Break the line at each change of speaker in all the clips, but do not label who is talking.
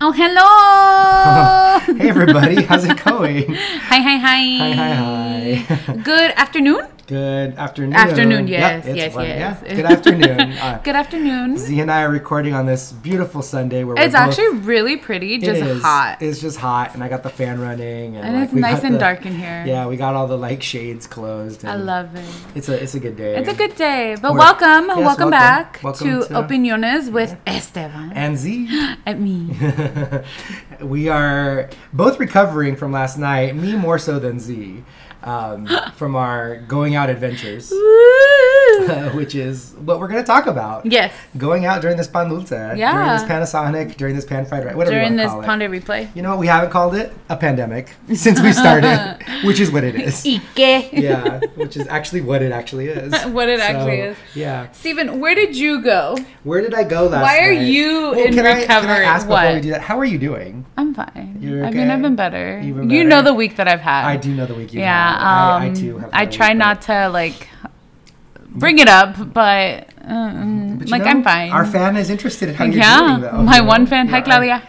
Oh, hello!
hey everybody, how's it going?
hi, hi, hi.
Hi, hi, hi.
Good afternoon?
Good afternoon.
Afternoon,
Yep,
yes,
it's
yes,
one-
yes.
yeah, Good afternoon. Uh,
Good afternoon.
Z and I are recording on this beautiful Sunday where we're
It's
both-
actually really pretty,
it
just
is.
hot.
It's just hot, and I got the fan running, and,
and
like,
it's
we
nice
got
and
the-
dark in here.
Yeah, we got all the like shades closed. And
I love it.
It's a it's a good day.
It's a good day. But
We're-
welcome,
Yes,
welcome,
welcome.
back
Welcome
to,
to-
Opiniones with Esteban
and Z,
and me.
we are both recovering from last night. Me more so than Z, um, from our going out adventures,
Woo!
which is what we're gonna talk about.
yes,
going out during this pandulce,
Yeah.
during this Panasonic, during this pan fried rice, whatever
during
you want
this
to call it.
Ponder replay.
You know what we haven't called it? A pandemic since we started, which is what it is.
Ike.
yeah, which is actually what it actually is.
What it actually is.
Yeah.
Steven, where did you go?
Where did I go last
Why are
night?
you
Well,
in
can I, can I
recovery?
ask
What?
before we do that? How are you doing?
I'm fine.
You're
I mean, I've
okay?
been better.
You've been
You
better?
know the week that I've had.
I do know the week you
Yeah.
had.
um,
I, I too have.
I
had a
try
week,
not to like bring it up, but, um,
but you
like
know,
I'm fine.
Our fan is interested in how you're
yeah.
doing. Though,
My
you know?
one fan. Hi,
Yeah,
Claudia.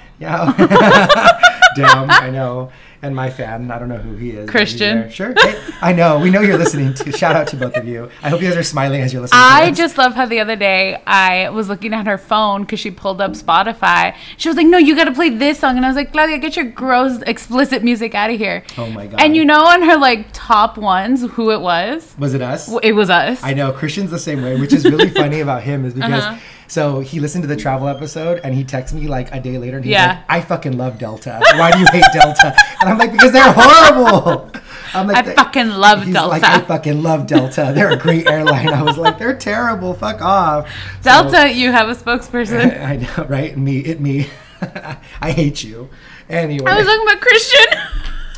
Yeah. Damn, I know. And my fan, I don't know who he is. but he's
Christian.
there. Sure. Hey, I know. We know you're listening to. Shout out to both of you. I hope you guys are smiling as you're listening.
I
to this.
just love how the other day I was looking at her phone because she pulled up Spotify. She was like, "No, you got to play this song," and I was like, "Claudia, get your gross explicit music out of here."
Oh my god.
And you know, on her like top ones, who it was?
was it us?
It was us.
I know Christian's the same way, which is really funny about him is because
Uh-huh.
so he listened to the travel episode and he texts me like a day later and he's
Yeah.
like, "I fucking love Delta. Why do you hate Delta?" And I'm like, "Because they're horrible." I'm like,
I
"They-
fucking love
He's
Delta.
like, I fucking love Delta. They're a great airline. I was like, they're terrible. Fuck off. So-
Delta, you have a spokesperson.
I know, right? Me, it me. I hate you. Anyway.
I was talking about Christian.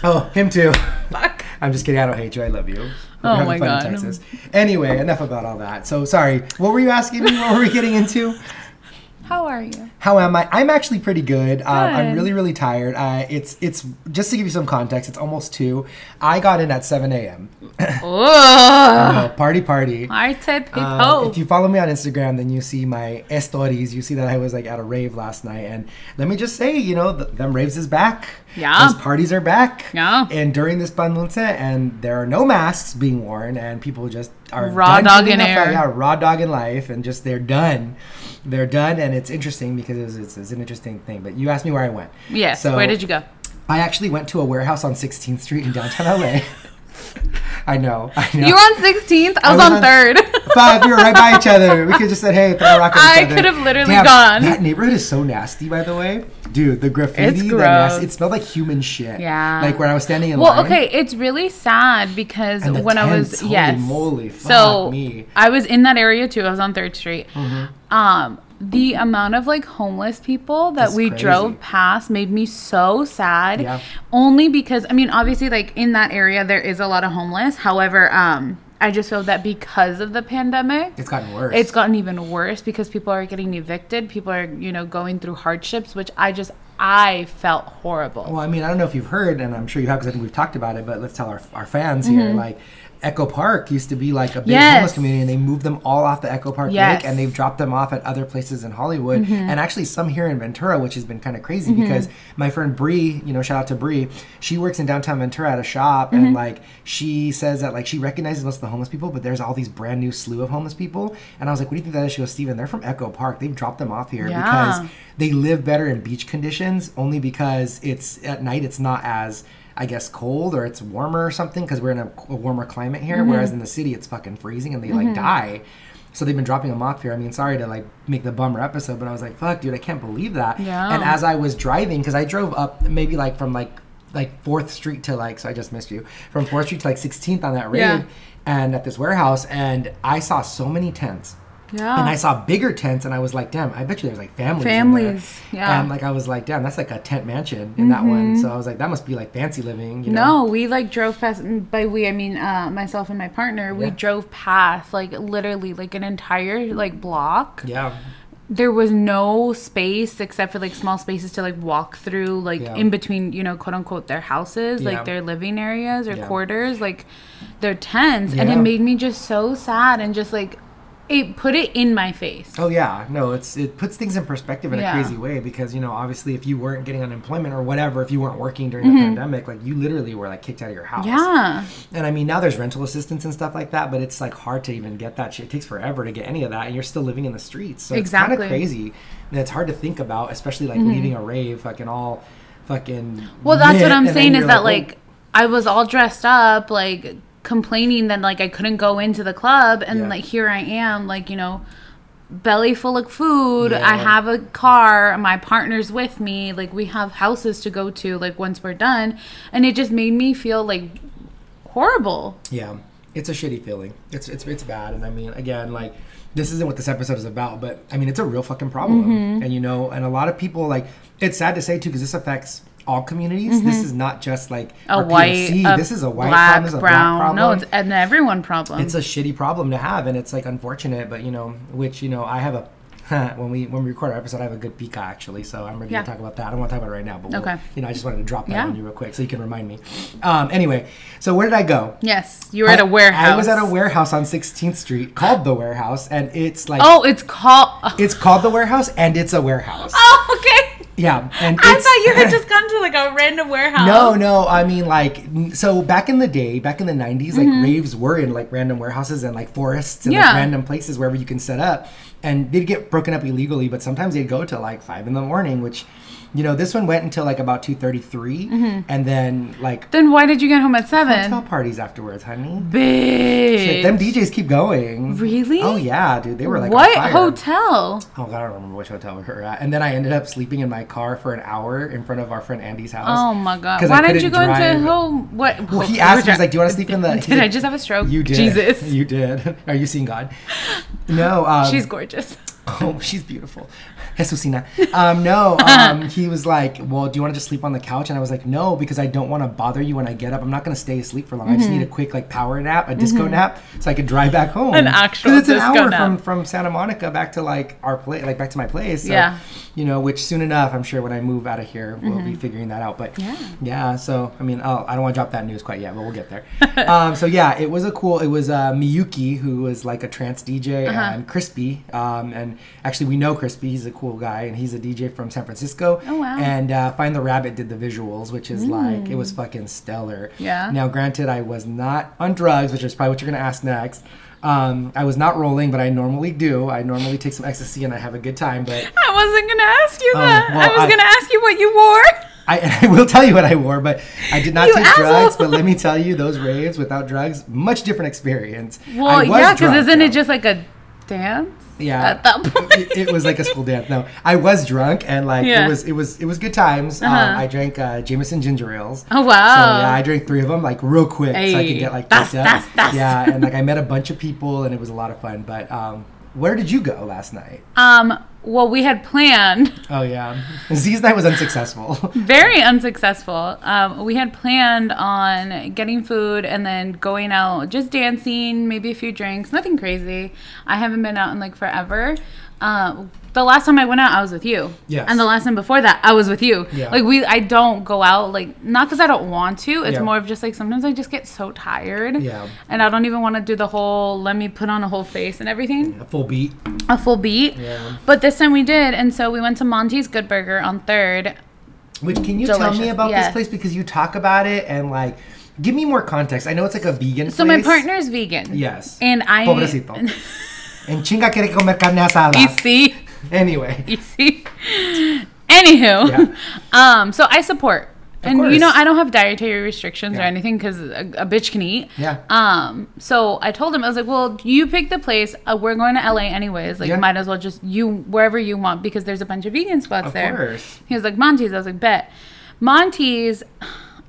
oh, him too.
Fuck.
I'm just kidding. I don't hate you. I love you. We're
Oh
having
my
fun in
God.
Texas. Anyway, enough about all that. So sorry. What were you asking me? What were we getting into?
How are you?
How am I? I'm actually pretty good. Um, I'm
Good.
really, really tired. Uh, it's it's just to give you some context. It's almost two. I got in at 7 a.m.
Oh,
Oh, party, party.
Arte people.
Um, if you follow me on Instagram, then you see my stories. You see that I was like at a rave last night, and let me just say, you know, th- them raves is back.
Yeah.
those parties are back.
Yeah.
and during this pandulce, and there are no masks being worn, and people just are
Raw
done
dog in
giving a fuck-
air.
Yeah, raw dog in life, and just they're done. They're done, and it's interesting because it's, it's, it's an interesting thing. But you asked me where I went.
yes.
So-
where did you go?
I actually went to a warehouse on 16th Street in downtown LA. I know. I know.
You were on 16th. I
I
was,
was
on
on-
third.
Fuck, we were right by each other. We could have just said, "Hey, throw a rock at each
I
other."
could have literally gone.
That neighborhood is so nasty, by the way, dude. The graffiti,
It's
the
gross.
nasty, it smelled like human shit.
Yeah.
like when I was standing in
Well,
line.
okay, it's really sad because
And the
when I was
tents, holy
yes,
moly, fuck
so
me. Mm-hmm.
I was in that area too. I was on Third Street. Um, the amount of like homeless people that
It's
we
crazy.
drove past made me so sad.
Yeah.
Only because I mean, obviously, like in that area there is a lot of homeless. However, um, I just feel that because of the pandemic,
it's gotten worse.
it's gotten even worse because people are getting evicted. People are you know going through hardships, which I just I felt horrible.
Well, I mean, I don't know if you've heard, and I'm sure you have because I think we've talked about it, but let's tell our, our fans here. Like, Echo Park used to be like a big
Mm-hmm. Yes.
homeless community, and they moved them all off the Echo Park
Yes. Mm-hmm.
Lake, and they've dropped them off at other places in Hollywood, and actually some here in Ventura, which has been kind of crazy because my friend Bree, you know, shout out to Bree, she works in downtown Ventura at a shop, and
Mm-hmm.
like she says that like she recognizes most of the homeless people, but there's all these brand new slew of homeless people, and I was like, what do you think that is? She goes, Steven, they're from Echo Park. They've dropped them off here
Yeah.
because they live better in beach conditions only because it's at night it's not as i guess cold or it's warmer or something because we're in a, a warmer climate here
Mm-hmm.
whereas in the city it's fucking freezing and they like die so they've been dropping them off here i mean sorry to like make the bummer episode but i was like fuck dude i can't believe that
Yeah.
and as i was driving because i drove up maybe like from like like fourth street to like so i just missed you from fourth street to like 16th on that road
Yeah.
and at this warehouse and i saw so many tents
yeah.
and I saw bigger tents, and I was like, damn, I bet you there's like families.
Families,
in there.
yeah. Mm-hmm.
And like I was like, damn, that's like a tent mansion in that one. So I was like, that must be like fancy living. You know?
No, we like drove past. and By we, I mean uh, myself and my partner. We
Yeah.
drove past like literally like an entire like block.
Yeah.
There was no space except for like small spaces to like walk through, like
Yeah.
in between, you know, quote unquote, their houses,
Yeah.
like their living areas or
Yeah.
quarters, like their tents, and it
Yeah.
made me just so sad and just like it put it in my face.
Oh yeah, no, it's it puts things in perspective in
Yeah.
a crazy way because you know obviously if you weren't getting unemployment or whatever, if you weren't working during the pandemic, like you literally were like kicked out of your
Mm-hmm.
house.
Yeah.
And I mean now there's rental assistance and stuff like that, but it's like hard to even get that shit. It takes forever to get any of that, and you're still living in the streets. So it's
Exactly. Mm-hmm.
kind of crazy, and it's hard to think about, especially like leaving a rave, fucking all, fucking.
Well, that's
lit,
what I'm
and then
saying
you're
is that
"Well,
like I was all dressed up, like complaining that like I couldn't go into the club, and
Yeah.
like here I am, like you know, belly full of food. I
Yeah.
have a car. My partner's with me. Like we have houses to go to. Like once we're done, and it just made me feel like horrible.
Yeah, it's a shitty feeling. It's it's it's bad, and I mean, again, like this isn't what this episode is about, but I mean, it's a real fucking problem,
Mm-hmm.
and you know, and a lot of people like it's sad to say too because this affects all communities. This is not just like
Mm-hmm. A
our
white,
POC.
a
this is a white
black,
problem. This is a
brown.
black problem.
No, it's an everyone problem.
it's a shitty problem to have, and it's like unfortunate, but you know, which you know, I have a. when we when we record our episode, I have a good pika actually, so I'm ready
Yeah.
to talk about that. I don't want to talk about it right now, but we'll-
Okay.
you know, I just wanted to drop that
Yeah.
on you real quick so you can remind me. Um, anyway, so where did I go?
yes, you were at
I-
a warehouse.
I was at a warehouse on 16th Street called the warehouse, and it's like
Oh, it's called.
it's called the warehouse, and it's a warehouse.
Oh, okay.
Yeah, and
I
it's-
thought you had just Oh. gone to like a random warehouse.
No, no. I mean, like, n- so back in the day, back in the '90s, like raves were in like random warehouses and like forests and
Mm-hmm. Yeah.
like random places wherever you can set up, and they'd get broken up illegally. But sometimes they'd go till like five in the morning, which, you know, this one went until like about two
Mm-hmm.
and then like
Then why did you get home at
hotel
seven?
parties afterwards, honey.
Bitch.
Shit, them DJs keep going.
Really?
Oh yeah, dude. They were like on
what
fire.
hotel?
Oh god, I don't remember which hotel we were at. And then I ended up sleeping in my car for an hour in front of our friend Andy's house.
Oh my god.
'Cause I
Why didn't you
couldn't
go
drive.
into home? What?
Well, he asked me, he's like, "Do you want to sleep in the?" he's
Did I
like,
just have a stroke?
You did.
Jesus.
You did. Are you seeing God? No. Um,
She's gorgeous.
Oh, she's beautiful. Jesusina. Um, no, um, he was like, Well, do you want to just sleep on the couch? And I was like, No, because I don't want to bother you when I get up. I'm not going to stay asleep for long. I just need a quick, like, power nap, a disco nap, so I could drive back home.
Mm-hmm. An actual
'Cause it's an
disco
hour
nap.
From, from Santa Monica back to, like, our place, like, back to my place. So,
Yeah.
You know, which soon enough, I'm sure when I move out of here, we'll be figuring that out. But
Mm-hmm. Yeah.
yeah, so I mean, oh, I don't want to drop that news quite yet, but we'll get there. um, so yeah, it was a cool. It was uh, Miyuki, who was like a trance DJ,
Uh-huh.
and Crispy, um, and actually we know Crispy. He's a cool guy, and he's a DJ from San Francisco.
Oh, wow. Mm.
And uh, Find the Rabbit did the visuals, which is like it was fucking stellar.
Yeah.
Now, granted, I was not on drugs, which is probably what you're gonna ask next. Um, I was not rolling, but I normally do. I normally take some ecstasy and I have a good time, but.
I wasn't gonna ask you that. I
Oh, well,
was
I-
gonna ask you what you wore.
I, and I will tell you what I wore, but I did not
You
take
asshole.
drugs. But let me tell you, those raves without drugs, much different experience. I
Well,
was
yeah, because
drunk,
isn't
though.
it just like a dance?
yeah?
at that point?
it, it was like a school dance. No, I was drunk, and like
Yeah.
it was, it was, it was good times.
Uh-huh.
Um, I drank uh, Jameson ginger ales.
Oh
So
wow.
yeah, I drank three of them like real quick, so I
Hey,
could get like
that's-
picked up.
that's- that's.
Yeah, and like I met a bunch of people, and it was a lot of fun. But um, where did you go last night?
um. Well, we had planned.
Oh yeah, Z's night was unsuccessful.
very unsuccessful. Um, we had planned on getting food and then going out, just dancing, maybe a few drinks, nothing crazy. I haven't been out in like forever. Uh, the last time I went out, I was with you.
Yes.
And the last time before that, I was with you.
Yeah.
Like we, I don't go out like not because I don't want to. It's
Yeah.
more of just like sometimes I just get so tired.
Yeah.
And I don't even want to do the whole let me put on a whole face and everything
a full beat.
a full beat.
Mm. Yeah.
But this time we did, and so we went to Monty's Good Burger on Third.
Which can you tell me
Delicious.
about
Yes.
this place because you talk about it and like give me more context. I know it's like a vegan.
So my
place.
partner's vegan.
Yes.
And I.
Pobrecito. En chinga quiere comer carne asada.
You see,
Anyway.
you see. Anywho,
Yeah.
um, so I support, and you
course.
know I don't have dietary restrictions or
Yeah.
anything because a, a bitch can eat.
Yeah.
Um. So I told him I was like, well, you pick the place. Uh, we're going to LA anyways. Like,
Yeah.
might as well just you wherever you want because there's a bunch of vegan spots
Of
there.
course.
He was like Monty's. I was like, bet. Monty's.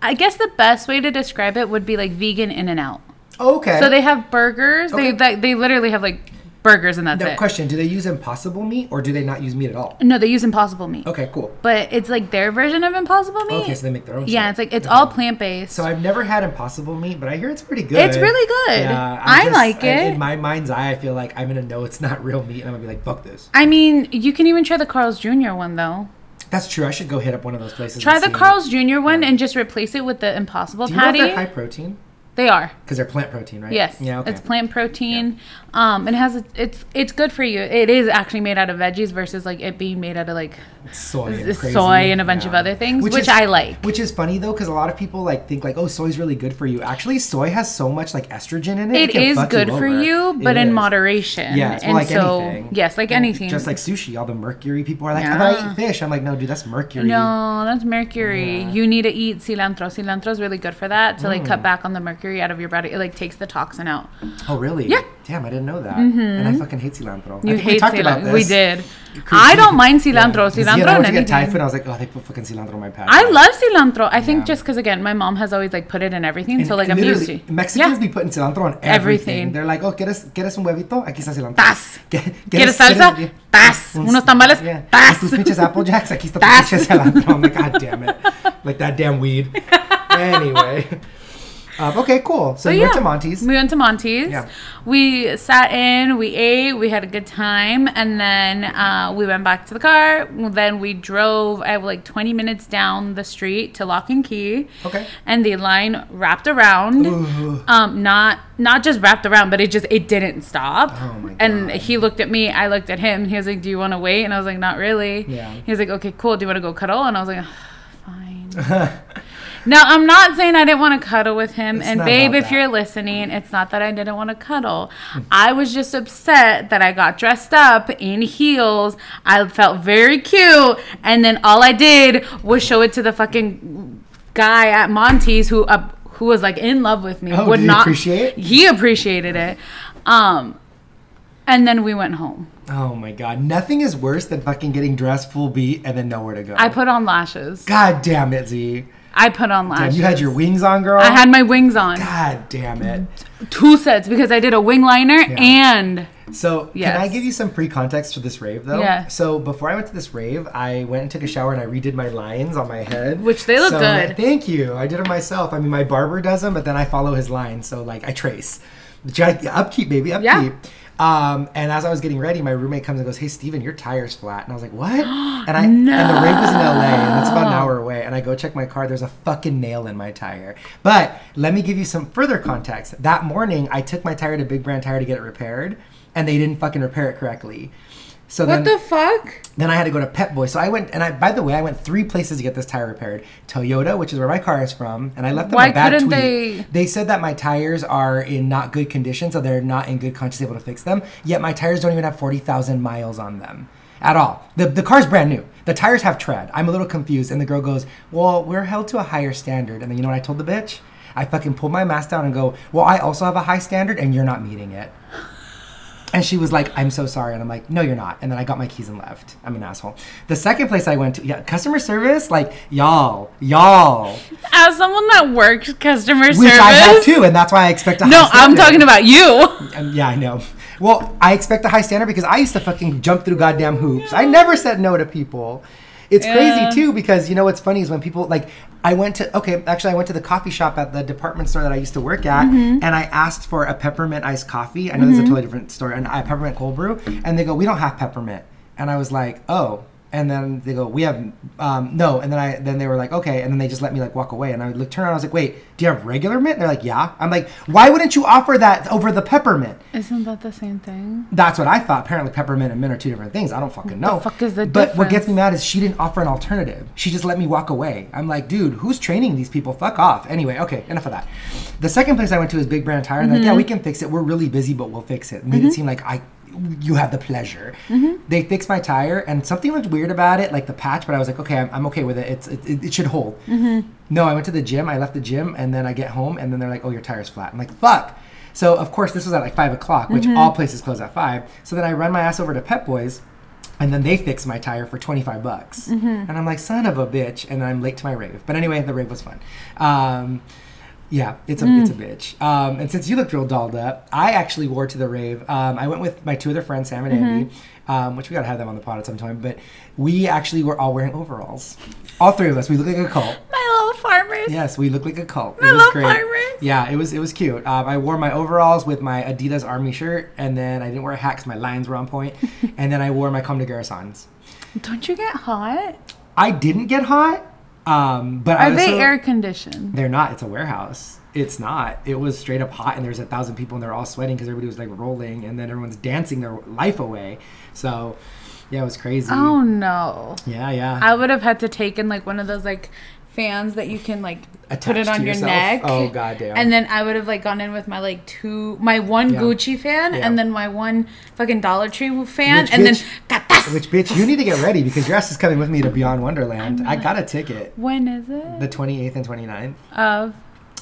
I guess the best way to describe it would be like vegan in and out.
Okay.
So they have burgers. They
Okay.
that, they literally have like burgers and that's
now,
it.
question, do they use impossible meat or do they not use meat at all?
No, they use Impossible Meat.
Okay, cool.
But it's like their version of Impossible Meat.
Okay, so they make their own
yeah,
shit.
it's like it's all plant based.
So I've never had impossible meat, but I hear it's pretty good.
It's really good.
Yeah,
I like
I-
it.
In my mind's eye, I feel like I'm gonna know it's not real meat and I'm gonna be like, fuck this.
I mean, you can even try the Carl's Jr. one though.
That's true. I should go hit up one of those places.
Try
and
the
see.
Carl's Jr. one and just replace it with the Impossible
Do you know if
patty.
they're high protein?
They are.
because they're plant protein, right?
Yes.
Yeah. Okay.
It's plant protein. Um, it has a, it's it's good for you. It is actually made out of veggies versus like it being made out of like
soy,
s-
and crazy.
soy and a bunch of other things, which
is-
I like.
Which is funny though, because a lot of people like think like, oh, soy's really good for you. Actually, soy has so much like estrogen in it.
it
can
is
fuck
good for
over.
you,
It
but in
is.
moderation.
Yeah, it's more
and
like
so
anything.
yes, like anything.
Just like sushi, all the mercury people are like,
Yeah.
I'm gonna eat fish. I'm like, no, dude, that's mercury.
no, that's mercury. You need to eat cilantro. Cilantro is really good for that to like
Mm.
cut back on the mercury out of your body. It like takes the toxin out.
Oh, really?
Yeah. Mm-hmm.
Damn, I didn't know that. And I fucking hate cilantro. I
You
think we
hate
talked about
cilantro.
this.
We did.
Creepy.
I don't mind cilantro.
'Cause, yeah,
Cilantro
when I
and
went to get Thai
anything.
food, I was like, oh, they put fucking cilantro in my pad.
I love cilantro. I think
Yeah.
just because again, my mom has always like put it in everything,
And
so like I'm used
literally,
to.
Mexicans
yeah.
be putting cilantro on everything.
Everything.
They're like, oh, ¿quieres, quieres un huevito? Aquí está cilantro.
Tas.
¿Qué-
¿Quieres salsa?
quieres-
Tas.
un-
Unos tamales?
yeah.
Tas.
Tus pinches Apple Jacks? Aquí está tu
Tas.
pinche cilantro. I'm like, god damn it. Like that damn weed. anyway. Um, okay, cool. So
But
you went
yeah,
to Monty's.
We went to Monty's.
Yeah.
We sat in, we ate, we had a good time, and then uh, we went back to the car. Then we drove I have like 20 minutes down the street to Lock and Key.
Okay.
And the line wrapped around.
Ooh.
Um, not not just wrapped around, but it just it didn't stop.
Oh my
And
God.
he looked at me, I looked at him. He was like, "Do you want to wait?" And I was like, "Not really."
Yeah.
He was like, "Okay, cool. Do you want to go cuddle?" And I was like, "Fine." Now, I'm not saying I didn't want to cuddle with him.
It's
and
not
babe,
about
if
that. Mm.
you're listening, it's not that I didn't want to cuddle. I was just upset that I got dressed up in heels. I felt very cute. And then all I did was show it to the fucking guy at Monty's who uh, who was like in love with me.
Oh,
would
did he
not
appreciate it?
He appreciated it. Um and then we went home.
Oh my god. Nothing is worse than fucking getting dressed full beat and then nowhere to go.
I put on lashes.
god damn it, Z.
I put on
Damn,
lashes.
you had your wings on, girl.
I had my wings on.
God damn it.
Two sets because I did a wing liner and
So
Yes.
can I give you some pre-context for this rave though?
Yeah.
So before I went to this rave, I went and took a shower and I redid my lines on my head,
Which they look
So,
good.
like, thank you. I did it myself. I mean, my barber does them, but then I follow his lines, so like I trace. But you gotta- upkeep, baby, upkeep.
Yeah.
Um, and as I was getting ready, my roommate comes and goes, "Hey, Steven, your tire's flat." And I was like, "What?" And I and the rave was in LA, and it's about an hour away. And I go check my car. There's a fucking nail in my tire. But let me give you some further context. That morning, I took my tire to Big Brand Tire to get it repaired, and they didn't fucking repair it correctly. So
what
then,
the fuck?
then I had to go to Pet Boy. So I went, and I by the way, I went three places to get this tire repaired. Toyota, which is where my car is from, and I left them
Why
a bad
couldn't
tweet.
they-
said that my tires are in not good condition, so they're not in good conscience able to fix them. Yet my tires don't even have forty thousand miles on them at all. The the car's brand new. The tires have tread. I'm a little confused. And the girl goes, "Well, we're held to a higher standard." And then you know what I told the bitch? I fucking pulled my mask down and go, "Well, I also have a high standard, and you're not meeting it." And she was like, I'm so sorry. And I'm like, no, you're not. And then I got my keys and left. I'm an asshole. The second place I went to, yeah, customer service, like, y'all, y'all.
As someone that works customer
Which
service,
I have too. And that's why I expect a
no,
high
I'm
standard.
talking about you.
Um, yeah, I know. Well, I expect a high standard because I used to fucking jump through goddamn hoops. I never said no to people. It's
Yeah.
crazy too because you know what's funny is when people like I went to okay actually I went to the coffee shop at the department store that I used to work at
Mm-hmm.
and I asked for a peppermint iced coffee. I know there's a totally different store and I peppermint cold brew and they go we don't have peppermint and I was like oh and then they go we have um, no and then I then they were like okay and then they just let me like walk away and I would look turn around I was like wait do you have regular mint? And they're like yeah I'm like why wouldn't you offer that over the peppermint?
Isn't that the same thing?
That's what I thought. Apparently, peppermint and mint are two different things. I don't fucking know.
fuck is the
But what gets
difference?
me mad is she didn't offer an alternative. She just let me walk away. I'm like, dude, who's training these people? Fuck off. Anyway, okay, enough of that. The second place I went to is Big Brand Tire. And they're like, yeah, we can fix it. We're really busy, but we'll fix it. Made it seem like I, you have the pleasure. They fixed my tire, and something looked weird about it, like the patch. But I was like, okay, I'm, I'm okay with it. It's it, it, it should hold. No, I went to the gym. I left the gym, and then I get home, and then they're like, oh, your tire's flat. I'm like, fuck. So of course this was at like five o'clock, which all places close at five. So then I run my ass over to Pep Boys, and then they fix my tire for twenty five bucks,
Mm-hmm.
and I'm like, son of a bitch, and I'm late to my rave. But anyway, the rave was fun. Um, yeah, it's a it's a
Mm.
bitch. Um, and since you looked real dolled up, I actually wore to the rave. Um, I went with my two other friends, Sam and Andy,
Mm-hmm.
um, which we gotta have them on the pod at some time. But we actually were all wearing overalls, all three of us. We look like a cult.
My little farmers.
Yes, we look like a cult. It
I
was
love
great.
farmers.
Yeah, it was it was cute. Um, I wore my overalls with my Adidas Army shirt, and then I didn't wear a hat because my lines were on point, and then I wore my Comme des Garçons.
Don't you get hot?
I didn't get hot, um, but I
Are they
also-
air conditioned?
Mm. They're not. It's a warehouse. It's not. It was straight up hot, and there was a thousand people, and they're all sweating because everybody was like rolling, and then everyone's dancing their life away. So, yeah, it was crazy.
Oh no.
Yeah, yeah.
I would have had to take in like one of those like fans that you can like put
Attach
it
to
on your
yourself?
neck.
Oh, goddamn.
And then I would have like gone in with my like two, my one
Yeah.
Gucci fan,
Yeah.
and then my one fucking Dollar Tree fan,
Which
and
bitch-
then got this.
Which bitch, you need to get ready because your ass is coming with me to Beyond Wonderland. I got a ticket.
When is it? Uh,
The 28th and 29th,
Of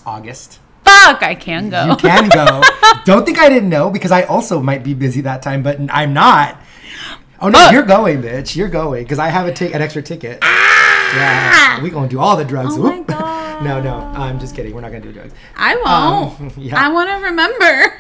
August.
fuck, I can go.
You can go. Don't think I didn't know because I also might be busy that time, but I'm not. Oh no,
Fuck.
you're going, bitch. You're going because I have a tic- an extra ticket. Yeah, we gonna do all the drugs.
Ah! Oh my
Whoop.
God.
No, no, I'm just kidding. We're not gonna do drugs.
I won't.
Um, yeah.
I want to remember,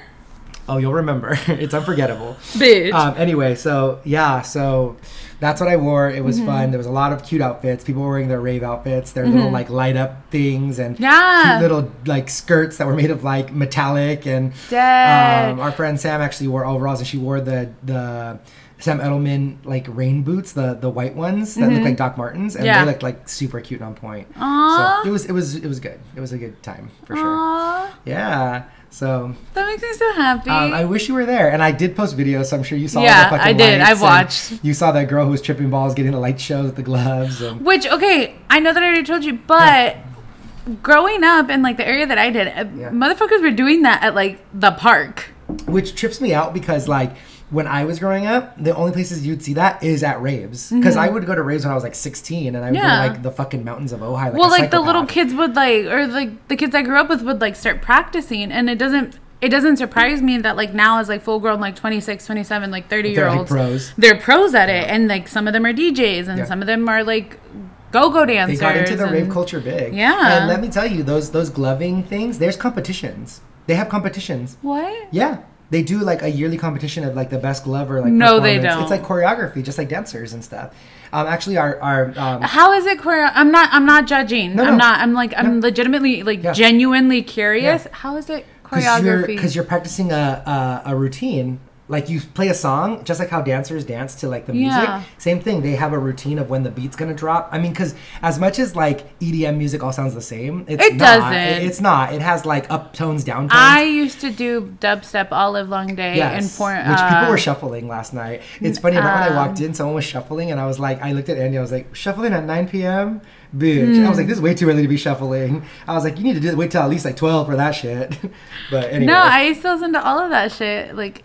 Oh, you'll remember. it's unforgettable.
bitch.
Um, anyway, so yeah, so that's what I wore. It
Mm-hmm.
was fun. There was a lot of cute outfits. People were wearing their rave outfits, their little like light up things, and
Mm-hmm. Yeah.
cute little like skirts that were made of like metallic. And
Dead.
um, our friend Sam actually wore overalls, and she wore the the. Sam Edelman like rain boots, the the white ones that look like Doc Martens, and
Mm-hmm. Yeah.
they looked like super cute and on point.
Aw.
So it was it was it was good. It was a good time for sure.
Aw,
Yeah. So
that makes me so happy.
um, I wish you were there. And I did post videos, so I'm sure you saw.
Yeah,
all the
I
fucking
did. I
lights and
watched.
You saw that girl who was tripping balls, getting the light shows with the gloves. And
Which okay, I know that I already told you, but growing up in like the area that I did, uh
Yeah.
motherfuckers were doing that at like the park.
which trips me out because like. When I was growing up, the only places you'd see that is at raves. Because I would go to raves when I was like 16, and I
Mm-hmm.
would
Yeah.
go to, like the fucking mountains of Ojai. Like
well,
a
like the little
psychopath.
kids would like, or like the kids I grew up with would like start practicing, and it doesn't. It doesn't surprise me that like now as like full grown like 26, 27, like 30 year
They're, like,
olds
pros.
they're pros at it and like some of them are DJs and
Yeah.
some of them are like go-go
They
dancers.
got into the rave
and-
culture big.
Yeah.
And let me tell you, those those gloving things, there's competitions. They have competitions.
What?
Yeah. They do like a yearly competition of like the best glove or like
No, they
performance.
don't.
It's like choreography, just like dancers and stuff. Um, actually, our our um,
How is it queer? I'm not. I'm not judging.
No,
I'm
no.
not. I'm like. I'm legitimately like
Yeah.
genuinely curious.
Yeah.
How is it
because you're
choreography?
because you're practicing a, a a routine. Like you play a song, just like how dancers dance to like the music.
Yeah.
Same thing. They have a routine of when the beat's gonna drop. I mean, because as much as like EDM music all sounds the same, it's
It
not.
doesn't.
It's not. It has like uptones, downtones.
I used to do dubstep all live long day and for
which
uh, um,
people were shuffling last night. It's funny. About when I walked in, someone was shuffling, and I was like, I looked at Andy. I was like, shuffling at 9 p.m. Bitch. I
Hmm.
was like, this is way too early to be shuffling. I was like, you need to do wait till at least like 12 for that shit. but anyway,
No, I used to listen to all of that shit, like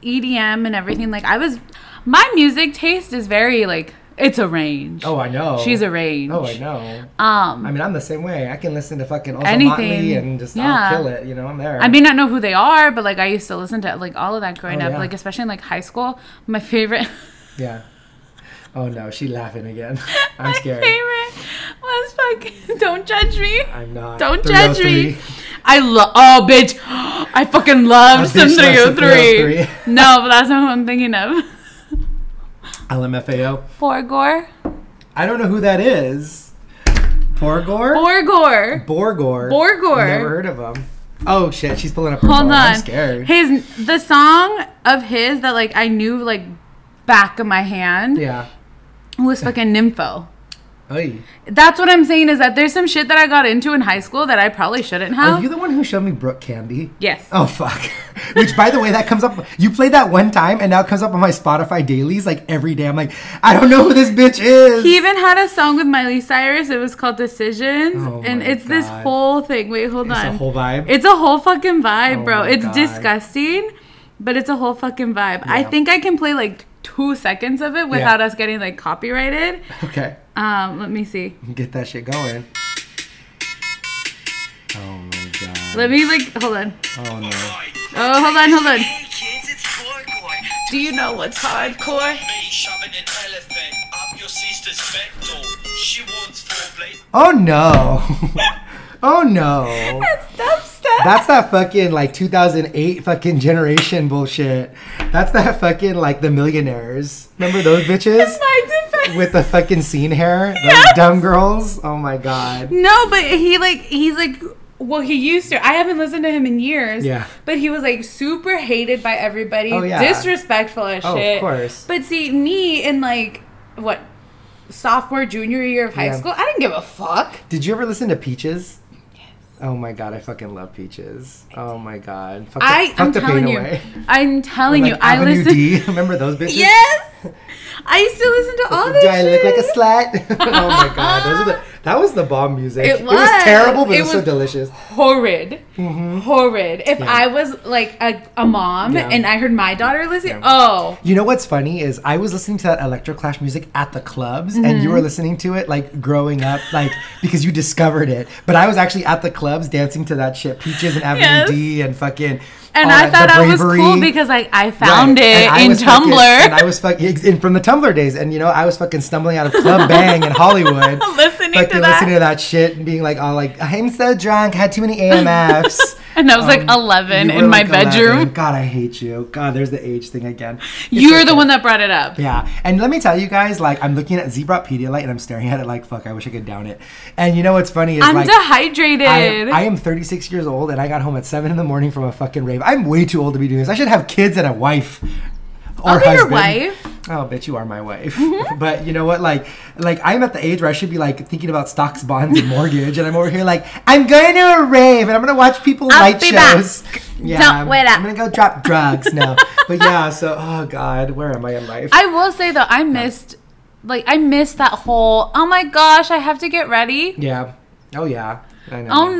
EDM and everything. Like I was, my music taste is very like it's a range.
oh, I know.
she's a range.
Oh, I know.
Um,
I mean, I'm the same way. I can listen to fucking also
Anything.
Motley and just
Yeah.
I'll kill it. You know, I'm there.
I may not know who they are, but like I used to listen to like all of that growing
Oh,
up,
yeah.
like especially in like high school. My favorite.
yeah. Oh no, she laughing again. I'm scared.
favorite was fucking Don't Judge Me.
I'm not.
Don't
303.
judge me. I love. Oh, bitch. I fucking love
bitch loves
some
some
303.
303.
no, but that's not who I'm thinking of.
LMFAO.
Borgore.
I don't know who that is. Borgor?
Borgore.
Borgor.
Borgor.
Never heard of him. Oh shit, she's pulling up her
Hold
phone.
on.
I'm scared.
His the song of his that like I knew like back of my hand
Yeah.
was fucking Nympho.
Oy.
That's what I'm saying is that there's some shit that I got into in high school that I probably shouldn't have.
Are you the one who showed me Brooke Candy?
yes.
Oh fuck. Which by the way, that comes up you played that one time and now it comes up on my Spotify dailies like every day. I'm like, I don't know who this bitch is.
He even had a song with Miley Cyrus. It was called Decisions.
Oh
and
my
it's this
God.
whole thing. Wait, hold
it's
on.
a whole vibe.
It's a whole fucking vibe,
Oh
bro.
my
It's
God.
disgusting, but it's a whole fucking vibe. I
Yeah.
think I can play like two seconds of it without us getting like copyrighted.
okay.
Um, let me see.
Get that shit going. Oh my god.
Let me like hold on.
Oh no.
Oh, hold on, hold on.
Hey kids, it's Gorgoy.
Do you know what's hardcore?
Me shoving an elephant up your sister's back door. She wants foreplay.
Oh no. oh no.
Dubstep.
That's that fucking like 2008 fucking generation bullshit. That's that fucking like the millionaires. Remember those bitches
my defense.
with the fucking scene hair? Those
Yes.
dumb girls. Oh my god.
No, but he like he's like well he used to. I haven't listened to him in years.
Yeah.
But he was like super hated by everybody.
Oh, yeah.
Disrespectful as
Oh, of
shit.
course.
But see me in like what sophomore junior year of high
Yeah.
school, I didn't give a fuck.
Did you ever listen to Peaches? Oh my god, I fucking love peaches. Oh my god, fuck the,
I,
fuck
I'm
the
telling
pain
you,
away.
I'm telling you,
Like
I
Avenue
listen.
D, remember those bitches?
Yes, I used to listen to all this.
Do I look like a
shit.
slut? oh my god, those are the, that was the bomb music.
It was.
was terrible, but
It
it was,
was-
so delicious.
horrid, horrid. If I was like a, a mom
Mm-hmm. Yeah.
and I heard my daughter listen,
Yeah.
oh,
You know what's funny is I was listening to that electro clash music at the clubs, and
Mm-hmm.
you were listening to it like growing up, like because you discovered it. But I was actually at the clubs dancing to that shit, peaches and Avenue
Yes.
D, and fucking.
and
all
I
that- the
thought I was
bravery.
cool because like I found
Right. And I
it in
was fucking- and
Tumblr.
I was fucking in, from the Tumblr days, and you know I was fucking stumbling out of Club Bang in Hollywood,
Listening to
fucking
that.
listening to that shit, and being like, all like, I'm so drunk, had too many AMFs.
And I was like
Um,
11
you were
in my
like 11.
bedroom.
God, I hate you. God, there's the age thing again.
You're the one that brought it up.
Yeah, and let me tell you guys, like I'm looking at Zebra Pedialyte and I'm staring at it like, fuck, I wish I could down it. And you know what's funny is
I'm
like
dehydrated.
I am, I am 36 years old and I got home at 7 in the morning from a fucking rave. I'm way too old to be doing this. I should have kids and a wife. Or
I'll be your wife. Mm-hmm.
Oh, bitch, you are my wife. but you know what? Like, like I'm at the age where I should be like thinking about stocks, bonds, and mortgage, and I'm over here like I'm going to a rave and I'm gonna watch people
I'll
light
be
shows.
back.
Yeah,
Don't
I'm-
wait up.
I'm gonna go drop drugs now. but yeah, so oh god, where am I in life?
I will say though, I missed, like, I missed that whole. Oh my gosh, I have to get ready.
yeah. Oh yeah. I know.
Oh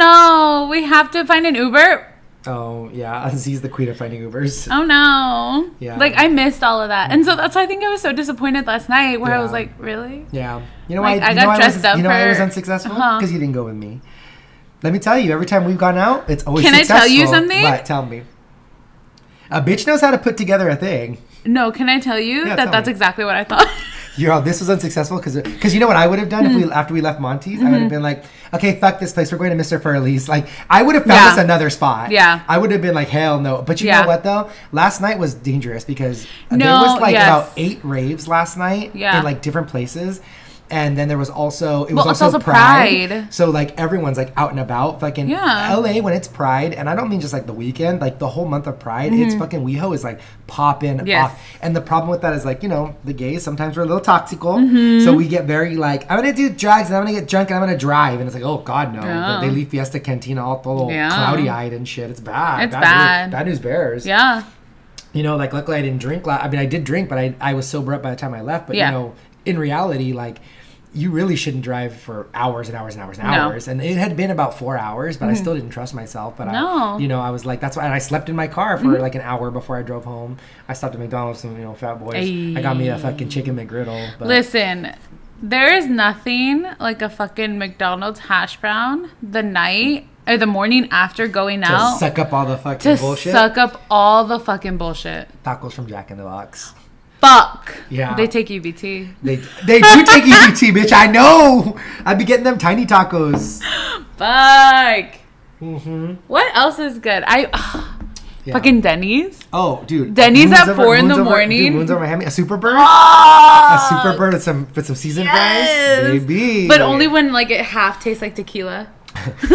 no, we have to find an Uber.
Oh yeah. Z's the queen of finding Ubers.
Oh no.
Yeah.
Like I missed all of that, and so that's why I think I was so disappointed last night, where I was
Yeah.
like, really?
Yeah. You know
Like,
why
I
you
got
know why
dressed
was,
up
You know why I was
for-
unsuccessful? Because
Uh-huh.
you didn't go with me. Let me tell you, every time we've gone out, it's always
Can I
successful.
tell you something?
What? Tell me. A bitch knows how to put together a thing.
No, can I tell you
Yeah,
that
tell
that's
me.
exactly what I thought.
You're all this was unsuccessful because because you know what I would have done
Mm-hmm.
if we after we left Monty's I would have been like okay fuck this place we're going to Mr. Furley's like I would have found
Yeah.
us another spot
Yeah.
I would have been like hell no but you
Yeah.
know what though last night was dangerous because there
No,
was like
yes.
about eight raves last night
Yeah.
in like different places. And then there was also it was
Well, it's
also,
also
pride.
Pride.
so like everyone's like out and about. Fucking
Yeah.
LA when it's Pride, and I don't mean just like the weekend, like the whole month of Pride. It's fucking WeHo is like popping
Mm-hmm. Yes.
off. And the problem with that is like, you know, the gays sometimes we're a little toxical.
Mm-hmm.
So we get very like, I'm gonna do drugs and I'm gonna get drunk and I'm gonna drive. And it's like, oh god no.
Yeah.
They they leave Fiesta Cantina all little
Yeah.
cloudy eyed and shit. It's bad.
It's bad.
News, bad news bears.
yeah.
You know, like luckily I didn't drink la- I mean I did drink, but I, I was sober up by the time I left. But
Yeah.
you know, in reality, like you really shouldn't drive for hours and hours and hours and
No. Mm-hmm.
hours. And it had been about four hours, but I still didn't trust myself. But
No. Mm-hmm.
I, you know, I was like, that's why. And I slept in my car for like an hour before I drove home. I stopped at McDonald's and you know, Fat Boys. I got me a fucking chicken McGriddle. But
Listen, there is nothing like a fucking McDonald's hash brown the night or the morning after going
to
out
suck up all the fucking
to
bullshit.
suck up all the fucking bullshit.
Tacos from Jack in the Box.
Fuck.
Yeah.
They take UBT.
They they do take EBT, bitch. I know. I'd be getting them tiny tacos.
Fuck.
Mm-hmm.
What else is good? I fucking Denny's.
Oh, dude.
Denny's
Moons
at four in
moons
the
over-
morning. Ah!
Dude, moons over Miami. A super bird. A super bird with some with some seasoned
Yes.
fries, baby.
But only when like it half tastes like tequila.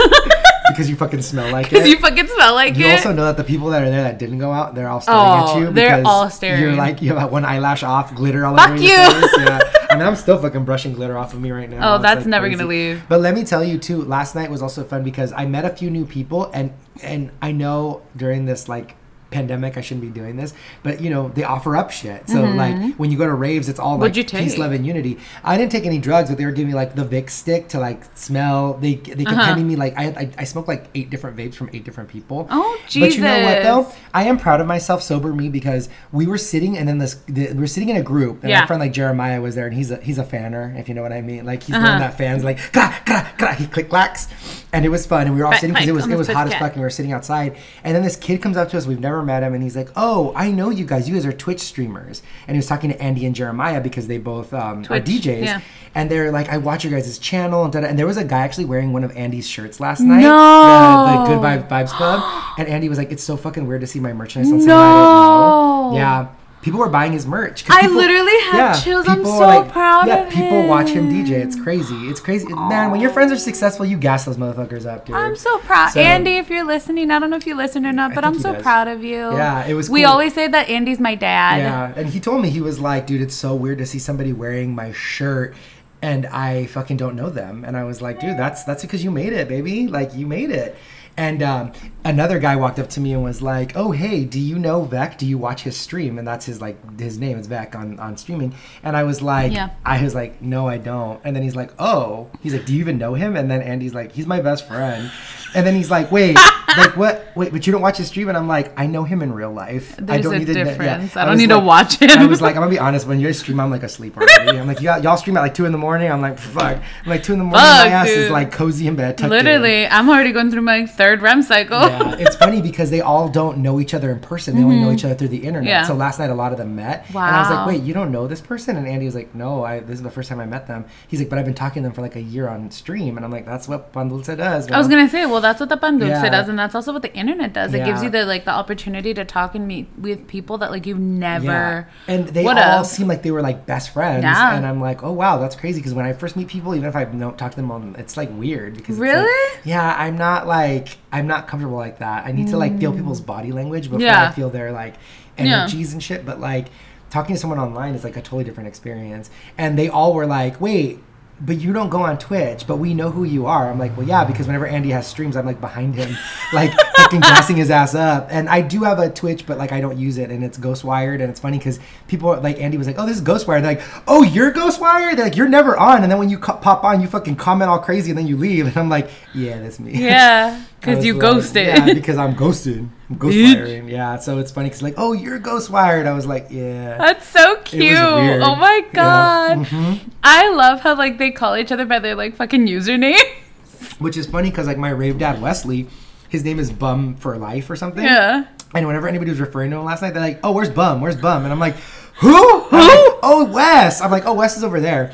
because you fucking smell like
Because
it.
you fucking smell like
You
it.
also know that the people that are there that didn't go out, they're all staring
Oh,
at you.
they're
because
all staring.
You're like you have that one eyelash off, glitter all
Fuck
over your
you.
face. Yeah. I mean, I'm still fucking brushing glitter off of me right now.
Oh,
It's,
that's
like,
never gonna leave.
But let me tell you too. Last night was also fun because I met a few new people, and and I know during this like pandemic I shouldn't be doing this, but you know they offer up shit. So like when you go to raves, it's all
Mm-hmm. What'd
like
you
peace,
take?
love, and unity. I didn't take any drugs, but they were giving me like the Vic stick to like smell. They they
Uh-huh.
kept handing me like I, I I smoked like eight different vapes from eight different people.
Oh,
But you know what though?
Jesus.
I am proud of myself, sober me, because we were sitting and then this the, we were sitting in a group and
Yeah.
my friend like Jeremiah was there and he's a he's a fanner if you know what I mean. Like
Uh-huh.
he's the one that fans like "Kra, kra, kra," he click clacks and it was fun and we were all
Click,
sitting because it
click,
was
on
it
this
was hot as
pussycat.
fuck and we were sitting outside and then this kid comes up to us we've never met him and he's like oh I know you guys you guys are Twitch streamers and he was talking to Andy and Jeremiah because they both um, are
Twitch,
DJs
yeah.
and they're like I watch your guys' channel and, da-da." and there was a guy actually wearing one of Andy's shirts last night the, the
No.
Good Vibe Vibes Club, and Andy was like, "It's so fucking weird to see my merchandise on something I
No.
don't know." Yeah, people were buying his merch. 'cause
I
people-
literally have chills. I'm
people
so
are
proud
yeah,
of
people watch him
him.
DJ. It's crazy. It's crazy, man. When your friends are successful, you gas those motherfuckers up, dude.
I'm so proud,
So-
Andy. If you're listening, I don't know if you listen or not, but
think
I'm
he
so
does.
proud of you.
Yeah, it was
We
cool.
always say that Andy's my dad.
Yeah, and he told me he was like, dude, it's so weird to see somebody wearing my shirt. and I fucking don't know them. And I was like, dude, that's that's because you made it, baby. Like you made it. And um, another guy walked up to me and was like, "Oh, hey, do you know Vec? Do you watch his stream?" And that's his like his name is Vec on on streaming. And I was like,
Yeah.
I was like, "No, I don't." And then he's like, "Oh," he's like, "Do you even know him?" And then Andy's like, "He's my best friend." And then he's like, "Wait, like what? Wait, but you don't watch his stream?" And I'm like, "I know him in real life. I
There's
don't
a
need to kn- yeah."
difference. I don't
was
need to
like-
watch him.
I was like, I'm gonna be honest. When you stream, I'm like asleep already. I'm like, y'all, y'all stream at like two in the morning. I'm like, fuck. I'm like two in the morning. my
Fuck,
ass
dude.
is like cozy in bed. tucked in.
Literally, I'm already going through my third REM cycle.
Yeah, it's funny because they all don't know each other in person. They only know each other through the internet.
Mm-hmm. Yeah.
So last night, a lot of them met, and I was
Wow.
like, "Wait, you don't know this person?" And Andy was like, "No, I. This is the first time I met them." He's like, "But I've been talking to them for like a year on stream," and I'm like, "That's what Pandulce does."
I was
man."
gonna say, well, that's what the pandulce
Yeah.
does, and that's also what the internet does. It gives
Yeah.
you the like the opportunity to talk and meet with people that like you've
Yeah.
never
And they
would
all
have.
seem like they were like best friends.
Yeah.
And I'm like, oh wow, that's crazy. Because when I first meet people, even if I don't talk to them on, it's like weird. Because it's like,
Really?
yeah, I'm not like I'm not comfortable like that. I need to like feel people's body language before
Mm. Yeah.
I feel their like
Yeah.
energies and shit. But like talking to someone online is like a totally different experience. And they all were like, wait. But you don't go on Twitch, but we know who you are. I'm like, well, yeah, because whenever Andy has streams, I'm like behind him, like fucking gassing his ass up. And I do have a Twitch, but like I don't use it, and it's Ghostwired, and it's funny because people are- like Andy was like, "Oh, this is Ghostwired." They're like, "Oh, you're Ghostwired." They're like, "You're never on," and then when you co- pop on, you fucking comment all crazy, and then you leave, and I'm like, "Yeah, that's me."
yeah,
I
because
was
you
like,
ghost it.
Yeah, because I'm ghosted. I'm ghostwiring. Yeah, so it's funny because like, "Oh, you're Ghostwired." I was like, "Yeah."
That's so cute.
weird.
Oh my
Yeah. Mm-hmm.
god. I love how like they call each other by their like fucking username.
Which is funny because like my rave dad Wesley, his name is Bum for Life or something.
yeah.
And whenever anybody was referring to him last night, they're like, "Oh, where's Bum? Where's Bum?" And I'm like, "Who? Who? oh, Wes." I'm like, "Oh, Wes is over there."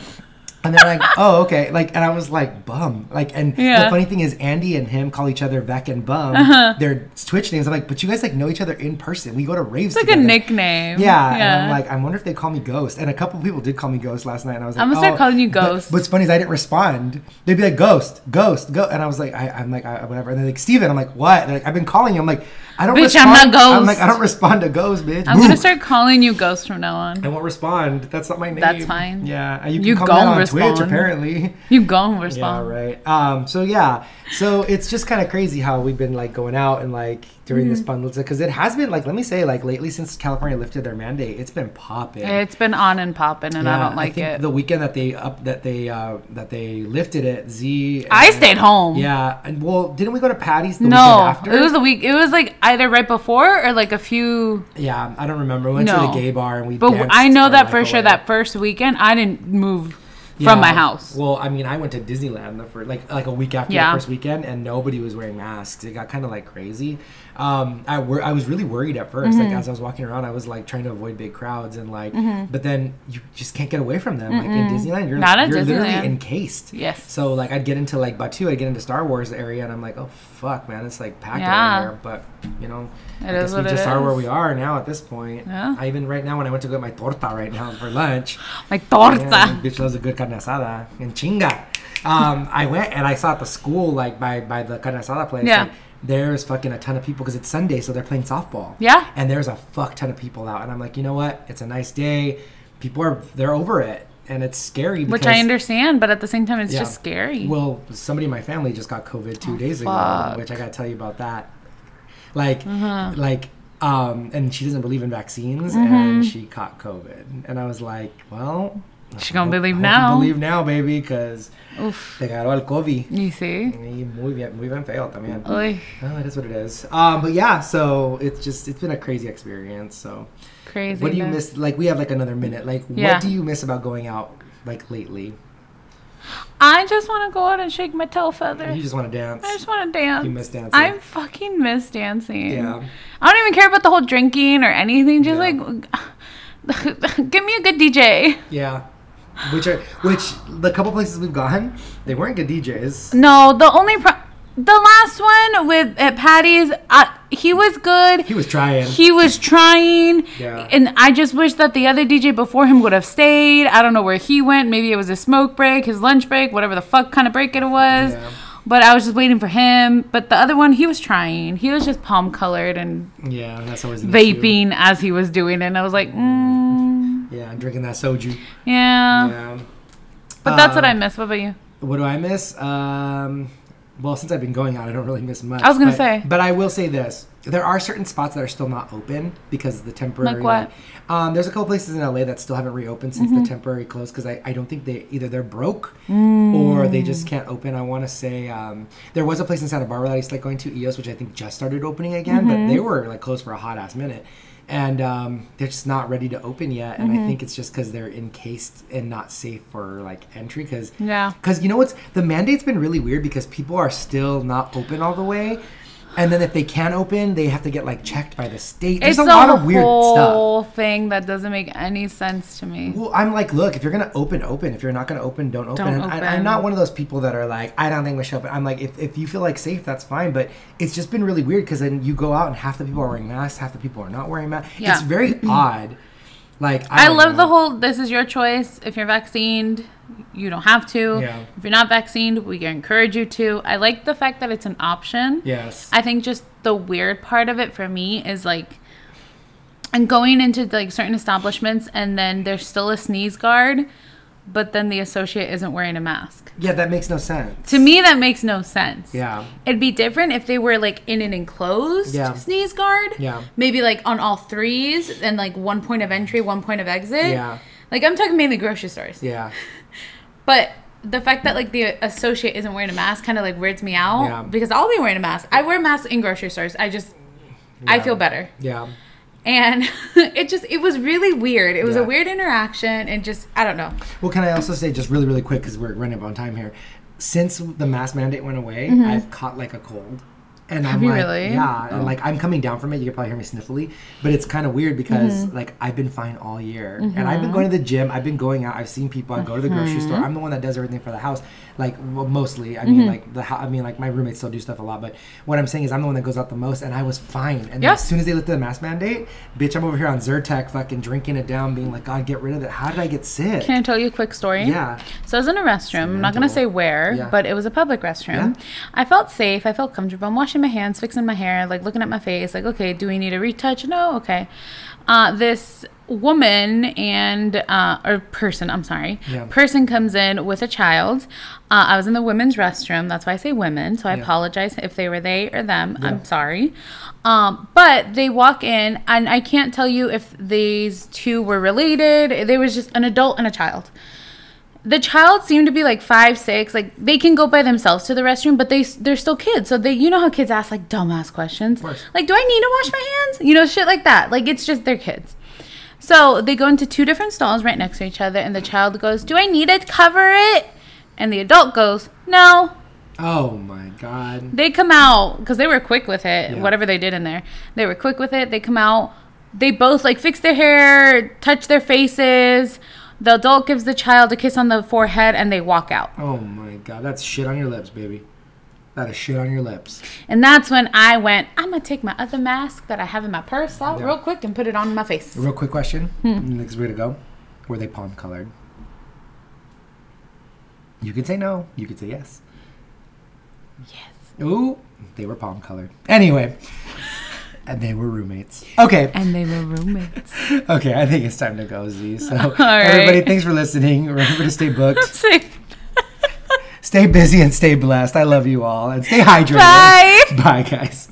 And they're like, "Oh, okay." Like, and I was like, "Bum." Like, and
Yeah. Uh-huh.
the funny thing is, Andy and him call each other Beck and Bum. Their Twitch names. I'm like, "But you guys like know each other in person. We go to raves."
It's like a
together."
nickname.
Yeah, and I'm like, I wonder if they call me Ghost. And a couple people did call me Ghost last night, and I was like,
I'm gonna start
"Oh,"
calling you
but
Ghost.
what's funny is I didn't respond. They'd be like, Ghost, Ghost, Ghost, and I was like, I, I'm like, I, whatever. And they're like, Steven. I'm like, what? They're like, I've been calling you. I'm like, I don't.
Bitch, I'm
respond.
not Ghost.
I'm like, I don't respond to Ghost, bitch.
I'm gonna
Move.
start calling you Ghost from now on.
I won't respond. That's not my name.
That's fine.
Yeah, you can
You
call me that
gon'
on Twitch
respond.
apparently.
You go and
Yeah,
respond.
right. Um, so yeah, so it's just kind of crazy how we've been like going out and like during
Mm-hmm.
this pandulce because it has been like let me say like lately since California lifted their mandate, it's been popping.
It's been on and popping, and I
Yeah,
don't like
think
it.
The weekend that they up that they uh, that they lifted it, Z. and-
I stayed home.
Yeah, and well, didn't we go to Patty's the
No,
weekend after?
it was the week. It was like either right before or like a few.
yeah, I don't remember. We went
No.
to the gay bar and we.
But
danced
I know
our
that
life
for sure.
away.
That first weekend, I didn't move
Yeah.
from my house.
Well, I mean, I went to Disneyland the first, like like a week after
Yeah.
the first weekend, and nobody was wearing masks. It got kind of like crazy. Um, I wor- I was really worried at 1st
Mm-hmm.
Like as I was walking around, I was like trying to avoid big crowds, and like, but then you just can't get away from them. Like in Disneyland, you're
Not at
you're
Disneyland.
literally encased.
Yes.
So like, I'd get into like Batu, I'd get into Star Wars area, and I'm like, oh fuck, man, it's like packed
Yeah.
everywhere. But you know,
It
I
is
guess we
what it
just are
is.
where we are now at this point.
Yeah.
I even right now when I went to get my torta right now for lunch.
Like torta.
Yeah, bitch loves a good carne asada and chinga. Um, I went and I saw at the school, like by by the carne asada place.
Yeah.
Like, there's fucking a ton of people because it's Sunday, so they're playing softball.
Yeah.
And there's a fuck ton of people out, and I'm like, you know what? It's a nice day. People are they're over it, and it's scary. Because,
which I understand, but at the same time, it's
yeah.
just scary. Oh,
Well, somebody in my family just got COVID two days
fuck. Mm-hmm.
ago, which I gotta tell you about that. Like, like, um, and she doesn't believe in vaccines, and she caught COVID, and I was like, well,
She gonna
hope-
believe
hope you
now.
Believe now, baby, because
Oof.
te agarró el COVID.
You see?
Y muy bien, muy bien feo también.
Oy,
Oh, it is what it is. Um, but yeah, so it's just it's been a crazy experience. So,
crazy.
what do you
man.
miss? Like, we have like another minute. Like,
Yeah.
what do you miss about going out like lately?
I just want to go out and shake my tail feather.
You just want to dance.
I just want to dance.
You miss dancing.
I fucking miss dancing.
Yeah.
I don't even care about the whole drinking or anything. Just
Yeah.
like, give me a good DJ.
Yeah. Which are which the couple places we've gone, they weren't good DJs.
No, the only pro- the last one with at Patty's, uh, he was good.
He was trying.
He was trying,
Yeah.
and I just wish that the other DJ before him would have stayed. I don't know where he went. Maybe it was his smoke break, his lunch break, whatever the fuck kind of break it was.
Yeah.
But I was just waiting for him. But the other one, he was trying. He was just palm colored and
yeah, that's always an issue.
vaping as he was doing it. And I was like, mm,
Yeah, and drinking that soju.
yeah.
Yeah.
But that's what
Um,
I miss. What about you?
What do I miss? Um, well, since I've been going out, I don't really miss much.
I was gonna
but-
say.
but I will say this: there are certain spots that are still not open because of the temporary.
Like what?
um, there's a couple places in LA that still haven't reopened since
Mm-hmm.
the temporary closed because I, I don't think they either they're broke
Mm.
or they just can't open. I want to say um, there was a place in Santa Barbara that I used to like going to EOS, which I think just started opening again, but
Mm-hmm.
they were like closed for a hot ass minute. And um, they're just not ready to open yet,
Mm-hmm.
and I think it's just because they're encased and not safe for like entry. Because
Yeah.
because you know what's the mandate's been really weird because people are still not open all the way. And then if they can open, they have to get like checked by the state.
it's
There's a lot of weird stuff.
whole thing that doesn't make any sense to me.
Well, I'm like, look, if you're gonna open, open. If you're not gonna open, don't open.
Don't
and I, I'm
open.
not one of those people that are like, I don't think we should open. I'm like, if, if you feel like safe, that's fine. But it's just been really weird because then you go out and half the people are wearing masks, half the people are not wearing masks.
Yeah.
It's very odd. Like
I
don't
love
know.
the whole this is your choice. If you're vaccinated, you don't have to.
Yeah.
If you're not vaccinated, we encourage you to. I like the fact that it's an option.
yes.
I think just the weird part of it for me is like and going into like certain establishments and then there's still a sneeze guard, but then the associate isn't wearing a mask.
yeah, that makes no sense.
To me that makes no sense.
Yeah.
It'd be different if they were like in an enclosed
Yeah.
sneeze guard.
Yeah.
Maybe like on all threes and like one point of entry, one point of exit.
Yeah.
Like I'm talking mainly grocery stores.
Yeah.
But the fact that like the associate isn't wearing a mask kind of like weirds me out
Yeah.
because I'll be wearing a mask. I wear masks in grocery stores. I just I
Yeah.
feel better.
Yeah.
And it just it was really weird. It was
Yeah.
a weird interaction and just I don't know.
Well, can I also say just really, really quick because we're running up on time here. Since the mask mandate went away, I've caught like a cold. And I'm
Mm-hmm. you
like,
really?
yeah, and like I'm coming down from it. You can probably hear me sniffly, but it's kind of weird because
Mm-hmm.
like I've been fine all year, and I've been going to the gym. I've been going out. I've seen people. I go to the grocery
Mm-hmm.
store. I'm the one that does everything for the house, like well, mostly. I mean, like the hou- I mean, like my roommates still do stuff a lot, but what I'm saying is I'm the one that goes out the most, and I was fine. And
Yeah.
as soon as they lifted the mask mandate, bitch, I'm over here on Zyrtec, fucking drinking it down, being like, God, get rid of it. How did I get sick?
Can I tell you a quick story?
Yeah.
So I was in a restroom. I'm not going to
mental.
say where,
Yeah.
but it was a public restroom.
Yeah.
I felt safe. I felt comfortable. I'm washing my hands, fixing my hair, like looking at my face, like, okay, do we need a retouch? No, okay. Uh, this woman and, uh, or person, I'm sorry,
Yeah.
person comes in with a child. Uh, I was in the women's restroom. That's why I say women. So I apologize if they were they or them. I'm sorry. Um, but they walk in, and I can't tell you if these two were related. There was just an adult and a child the child seemed to be like five, six. Like they can go by themselves to the restroom, but they they're still kids. So they, you know how kids ask like dumbass questions,
course.
like "Do I need to wash my hands?" You know, shit like that. Like it's just they're kids. So they go into two different stalls right next to each other, and the child goes, "Do I need to cover it?" And the adult goes, "No."
Oh my god.
They come out because they were quick with it. Whatever they did in there, they were quick with it. They come out. They both like fix their hair, touch their faces. The adult gives the child a kiss on the forehead, and they walk out.
Oh my god. That's shit on your lips, baby. That is shit on your lips.
And that's when I went, I'm gonna take my other mask that I have in my purse out real quick and put it on my face.
Real quick question.
Hmm.
Next way to go. Were they palm colored? You could say no. You could say yes. Yes. Ooh, they were palm colored. Anyway, and they were roommates. Okay.
And they were roommates.
Okay, I think it's time to go, Z. So,
right.
everybody, thanks for listening. Remember to stay booked,
Say
stay busy, and stay blessed. I love you all, and stay hydrated.
bye.
Bye, guys.